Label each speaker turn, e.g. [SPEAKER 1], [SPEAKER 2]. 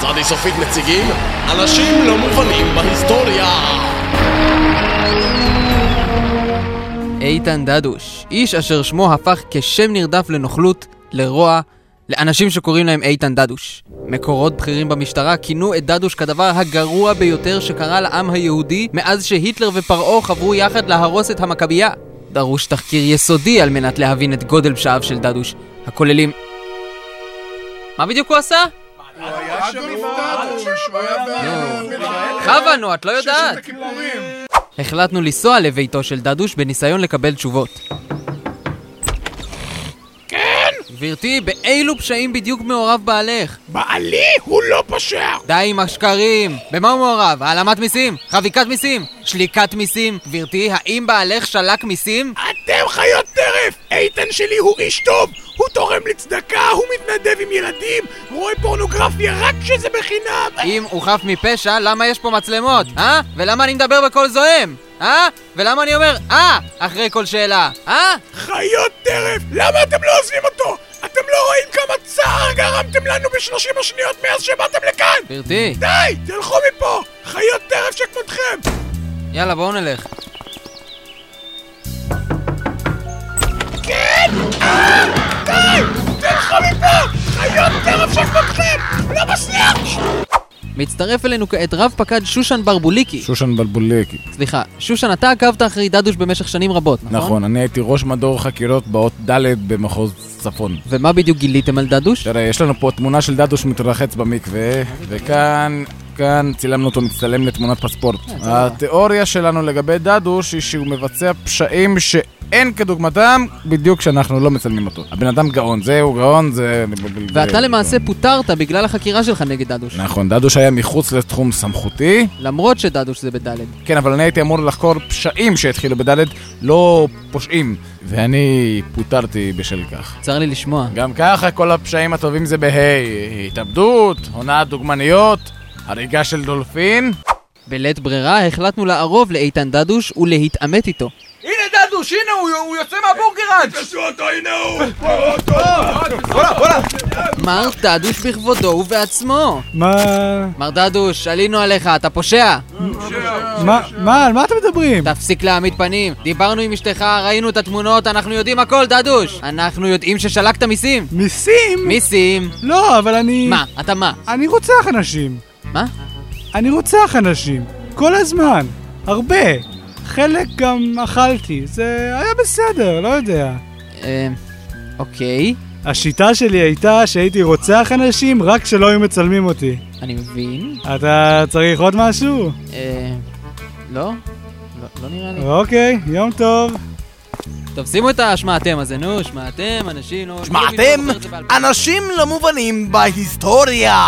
[SPEAKER 1] צדי סופית מציגים אנשים לא מובנים בהיסטוריה.
[SPEAKER 2] איתן דדוש, איש אשר שמו הפך כשם נרדף לנוכלות, לרוע, לאנשים שקוראים להם איתן דדוש. מקורות בכירים במשטרה כינו את דדוש כדבר הגרוע ביותר שקרה לעם היהודי מאז שהיטלר ופרעה חברו יחד להרוס את המכבייה. דרוש תחקיר יסודי על מנת להבין את גודל פשעיו של דדוש, הכוללים... מה בדיוק הוא עשה? חווה, נו, את לא יודעת. החלטנו לנסוע לביתו של דדוש בניסיון לקבל תשובות. כן?
[SPEAKER 1] כן!
[SPEAKER 2] גברתי, באילו פשעים בדיוק מעורב בעלך?
[SPEAKER 1] בעלי הוא לא פושע!
[SPEAKER 2] די עם השקרים! במה הוא מעורב? העלמת מיסים? חביקת מיסים? שליקת מיסים? גברתי, האם בעלך שלק מיסים?
[SPEAKER 1] אתם חיות טרף! איתן שלי הוא איש טוב! הוא תורם לצדקה, הוא מתנדב עם ילדים, רואה פורנוגרפיה רק כשזה בחינם!
[SPEAKER 2] אם הוא חף מפשע, למה יש פה מצלמות? אה? ולמה אני מדבר בקול זועם? אה? ולמה אני אומר אה? אחרי כל שאלה? אה?
[SPEAKER 1] חיות טרף! למה אתם לא עוזבים אותו? אתם לא רואים כמה צער גרמתם לנו בשלושים השניות מאז שבאתם לכאן?
[SPEAKER 2] גברתי,
[SPEAKER 1] די! תלכו מפה! חיות טרף שכמותכם!
[SPEAKER 2] יאללה בואו
[SPEAKER 1] כן!
[SPEAKER 2] נלך.
[SPEAKER 1] די! אה! כן! תלכו מפה! חיות טרף שכמותכם! לא מצליח!
[SPEAKER 2] מצטרף אלינו כעת רב פקד שושן ברבוליקי.
[SPEAKER 3] שושן בלבולקי.
[SPEAKER 2] סליחה, שושן, אתה עקבת אחרי דדוש במשך שנים רבות, נכון?
[SPEAKER 3] נכון, אני הייתי ראש מדור חקירות באות ד' במחוז צפון.
[SPEAKER 2] ומה בדיוק גיליתם על דדוש?
[SPEAKER 3] תראה, יש לנו פה תמונה של דדוש מתרחץ במקווה, וכאן... כאן צילמנו אותו מצטלם לתמונת פספורט.
[SPEAKER 2] אה, לא.
[SPEAKER 3] התיאוריה שלנו לגבי דדוש היא שהוא מבצע פשעים שאין כדוגמתם בדיוק כשאנחנו לא מצלמים אותו. הבן אדם גאון, זהו גאון, זה...
[SPEAKER 2] ואתה למעשה פוטרת בגלל החקירה שלך נגד דדוש.
[SPEAKER 3] נכון, דדוש היה מחוץ לתחום סמכותי,
[SPEAKER 2] למרות שדדוש זה בדלת.
[SPEAKER 3] כן, אבל אני הייתי אמור לחקור פשעים שהתחילו בדלת, לא פושעים. ואני פוטרתי בשל כך.
[SPEAKER 2] צר לי לשמוע.
[SPEAKER 3] גם ככה כל הפשעים הטובים זה בהיי. התאבדות, הונאת דוגמניות, הריגה של דולפין.
[SPEAKER 2] בלית ברירה החלטנו לערוב לאיתן דדוש ולהתעמת איתו.
[SPEAKER 4] הנה דדוש, הנה הוא, הוא יוצא מהבורגראנץ'!
[SPEAKER 1] תעשו אותו, הנה הוא!
[SPEAKER 4] בוא'נה, בוא'נה!
[SPEAKER 2] מר דדוש בכבודו ובעצמו!
[SPEAKER 5] מה...
[SPEAKER 2] מר דדוש, עלינו עליך, אתה פושע!
[SPEAKER 5] מה? מה? על מה אתם מדברים?
[SPEAKER 2] תפסיק להעמיד פנים! דיברנו עם אשתך, ראינו את התמונות, אנחנו יודעים הכל, דדוש! אנחנו יודעים ששלקת מיסים!
[SPEAKER 5] מיסים?
[SPEAKER 2] מיסים!
[SPEAKER 5] לא, אבל אני...
[SPEAKER 2] מה? אתה מה?
[SPEAKER 5] אני רוצח אנשים.
[SPEAKER 2] מה?
[SPEAKER 5] אני רוצח אנשים. כל הזמן. הרבה. חלק גם אכלתי. זה היה בסדר, לא יודע.
[SPEAKER 2] אה... אוקיי,
[SPEAKER 5] השיטה שלי הייתה שהייתי רוצח אנשים רק כשלא היו מצלמים אותי.
[SPEAKER 2] אני מבין.
[SPEAKER 5] אתה צריך עוד משהו?
[SPEAKER 2] אה... לא? לא- לא נראה לי.
[SPEAKER 5] אוקיי, יום טוב.
[SPEAKER 2] טוב, שימו את השמעתם הזה, נו, שמעתם, אנשים לא...
[SPEAKER 1] שמעתם?
[SPEAKER 2] אני לא זוכר את זה בעל פה.
[SPEAKER 1] אנשים לא מובנים בהיסטוריה!